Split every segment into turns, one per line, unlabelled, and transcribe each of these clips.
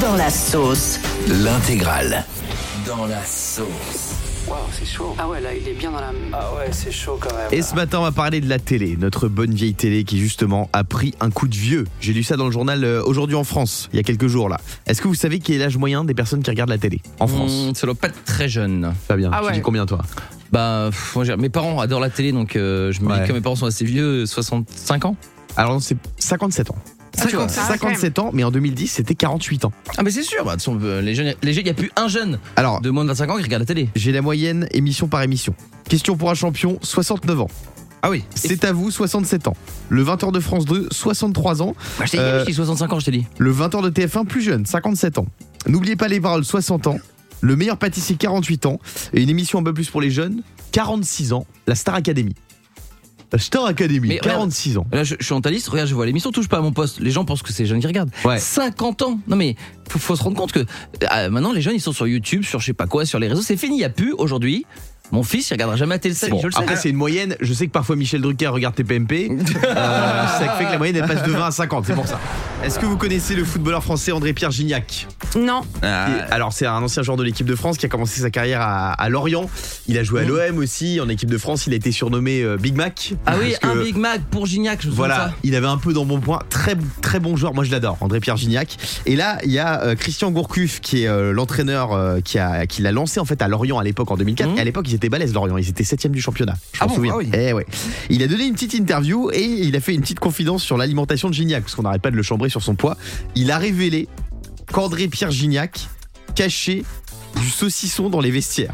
Dans la sauce.
L'intégrale. Dans la sauce.
Waouh, c'est chaud.
Ah ouais, là, il est bien dans la.
Ah ouais, c'est chaud quand même.
Et ce matin, on va parler de la télé, notre bonne vieille télé qui justement a pris un coup de vieux. J'ai lu ça dans le journal euh, Aujourd'hui en France, il y a quelques jours là. Est-ce que vous savez quel est l'âge moyen des personnes qui regardent la télé en France
Hmm, ça doit pas être très jeune.
Fabien,
Mmh. Ah
tu
ouais.
dis combien toi
Bah, pff, moi, j'ai- mes parents adorent la télé, donc euh, je me
Ouais. Ah,
dis que mes parents sont assez vieux, 65 ans.
Alors non, c'est 57 ans.
Ah, tu vois.
57. Ah, quand même.
57 ans, mais en 2010, c'était 48 ans.
Ah, mais c'est sûr, bah, de toute façon, euh, les jeunes, les jeunes, il n'y a plus un jeune
Alors,
de moins de 25 ans qui regarde la télé.
j'ai la moyenne émission par émission. Question pour un champion, 69 ans.
Ah oui,
C'est à vous, 67 ans. Le 20h de France 2, 63 ans.
Bah, je t'ai dit,
Euh,
j'ai 65 ans, je t'ai dit.
Le 20h de TF1 plus jeune, 57 ans. N'oubliez pas les paroles, 60 ans. Le meilleur pâtissier, 48 ans. Et une émission un peu plus pour les jeunes, 46 ans. La Star Academy. La Star Academy,
Mais regarde-
46 ans.
Là, je, je suis en ta liste, regarde, je vois l'émission Touche pas à mon poste. Les gens pensent que c'est les jeunes qui regardent.
Ouais.
50 ans Non, mais faut, faut se rendre compte que euh, maintenant, les jeunes, ils sont sur YouTube, sur je sais pas quoi, sur les réseaux. C'est fini, il n'y a plus aujourd'hui. Mon fils, il regardera jamais la télé, de sa vie,
Bon,
je le sais.
après, c'est une moyenne. Je sais que parfois Michel Drucker regarde TPMP. Euh, ça fait que la moyenne, elle passe de 20 à 50. C'est pour ça. Est-ce que vous connaissez le footballeur français André-Pierre Gignac
Non.
Ah.
Et- Alors, c'est un ancien joueur de l'équipe de France qui a commencé sa carrière à, à Lorient. Il a joué à l'OM aussi. En équipe de France, il a été surnommé euh, Big Mac.
Ah oui,
parce
un
que-
Big Mac pour Gignac, je me souviens de
Voilà,
ça.
il avait un peu dans mon point. Très, très bon joueur. Moi, je l'adore, André-Pierre Gignac. Et là, il y a euh, Christian Gourcuff, qui est euh, l'entraîneur euh, qui, a, qui l'a lancé en fait à Lorient à l'époque en 2004.
Mhm.
Et à l'époque, ils étaient balèzes, Lorient. Ils étaient 7 du championnat. Je
Ah
m'en
bon,
souviens.
ah oui.
Eh ouais. Il a donné une petite interview et il a fait une petite confidence sur l'alimentation de Gignac, parce qu'on n'arrête pas de le chambrer sur son poids. Il a révélé qu'André-Pierre Gignac cachait du saucisson dans les vestiaires,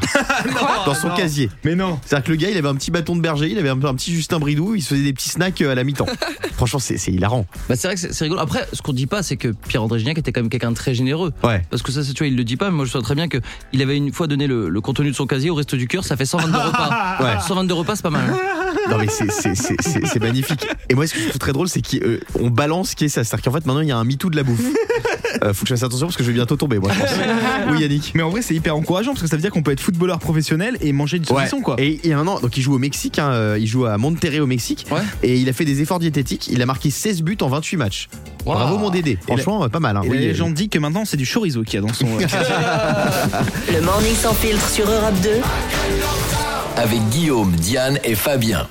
dans son casier.
Mais non
C'est-à-dire que le gars, il avait un petit bâton de berger, il avait un, un petit Justin Bridou, il se faisait des petits snacks euh, à la mi-temps. Franchement, c'est c'est hilarant.
Bah c'est vrai que c'est c'est rigolo. Après, ce qu'on dit pas, c'est que Pierre-André Gignac était quand même quelqu'un de très généreux.
Ouais.
Parce que ça, c'est- tu vois, il le dit pas, mais moi je sais très bien que il avait une fois donné le, le contenu de son casier au reste du cœur, ça fait 122 repas.
Ouais.
122 repas, c'est pas mal. hein.
Non, mais c'est- c'est c'est- c'est- c'est magnifique. Et moi, ce que je trouve très drôle, c'est qu'on balance ce qui est ça. C'est-à-dire qu'en fait, maintenant, il y a un MeToo de la bouffe. Euh, faut que je fasse attention parce que je vais bientôt tomber, moi, je pense. Oui, Yannick.
Mais en vrai, c'est hyper encourageant parce que ça veut dire qu'on peut être footballeur professionnel et manger du saucisson, quoi.
Et il y a un an, donc il joue au Mexique, hein, euh, il joue à Monterrey au Mexique,
Ouais.
et il a fait des efforts diététiques, il a marqué 16 buts en 28 matchs.
Wow.
Bravo mon Dédé, franchement pas mal. hein.
Et
Oui,
les
euh,
gens disent que maintenant, c'est du chorizo qu'il y a dans son.
Le morning sans filtre sur Europe 2.
Avec Guillaume, Diane et Fabien.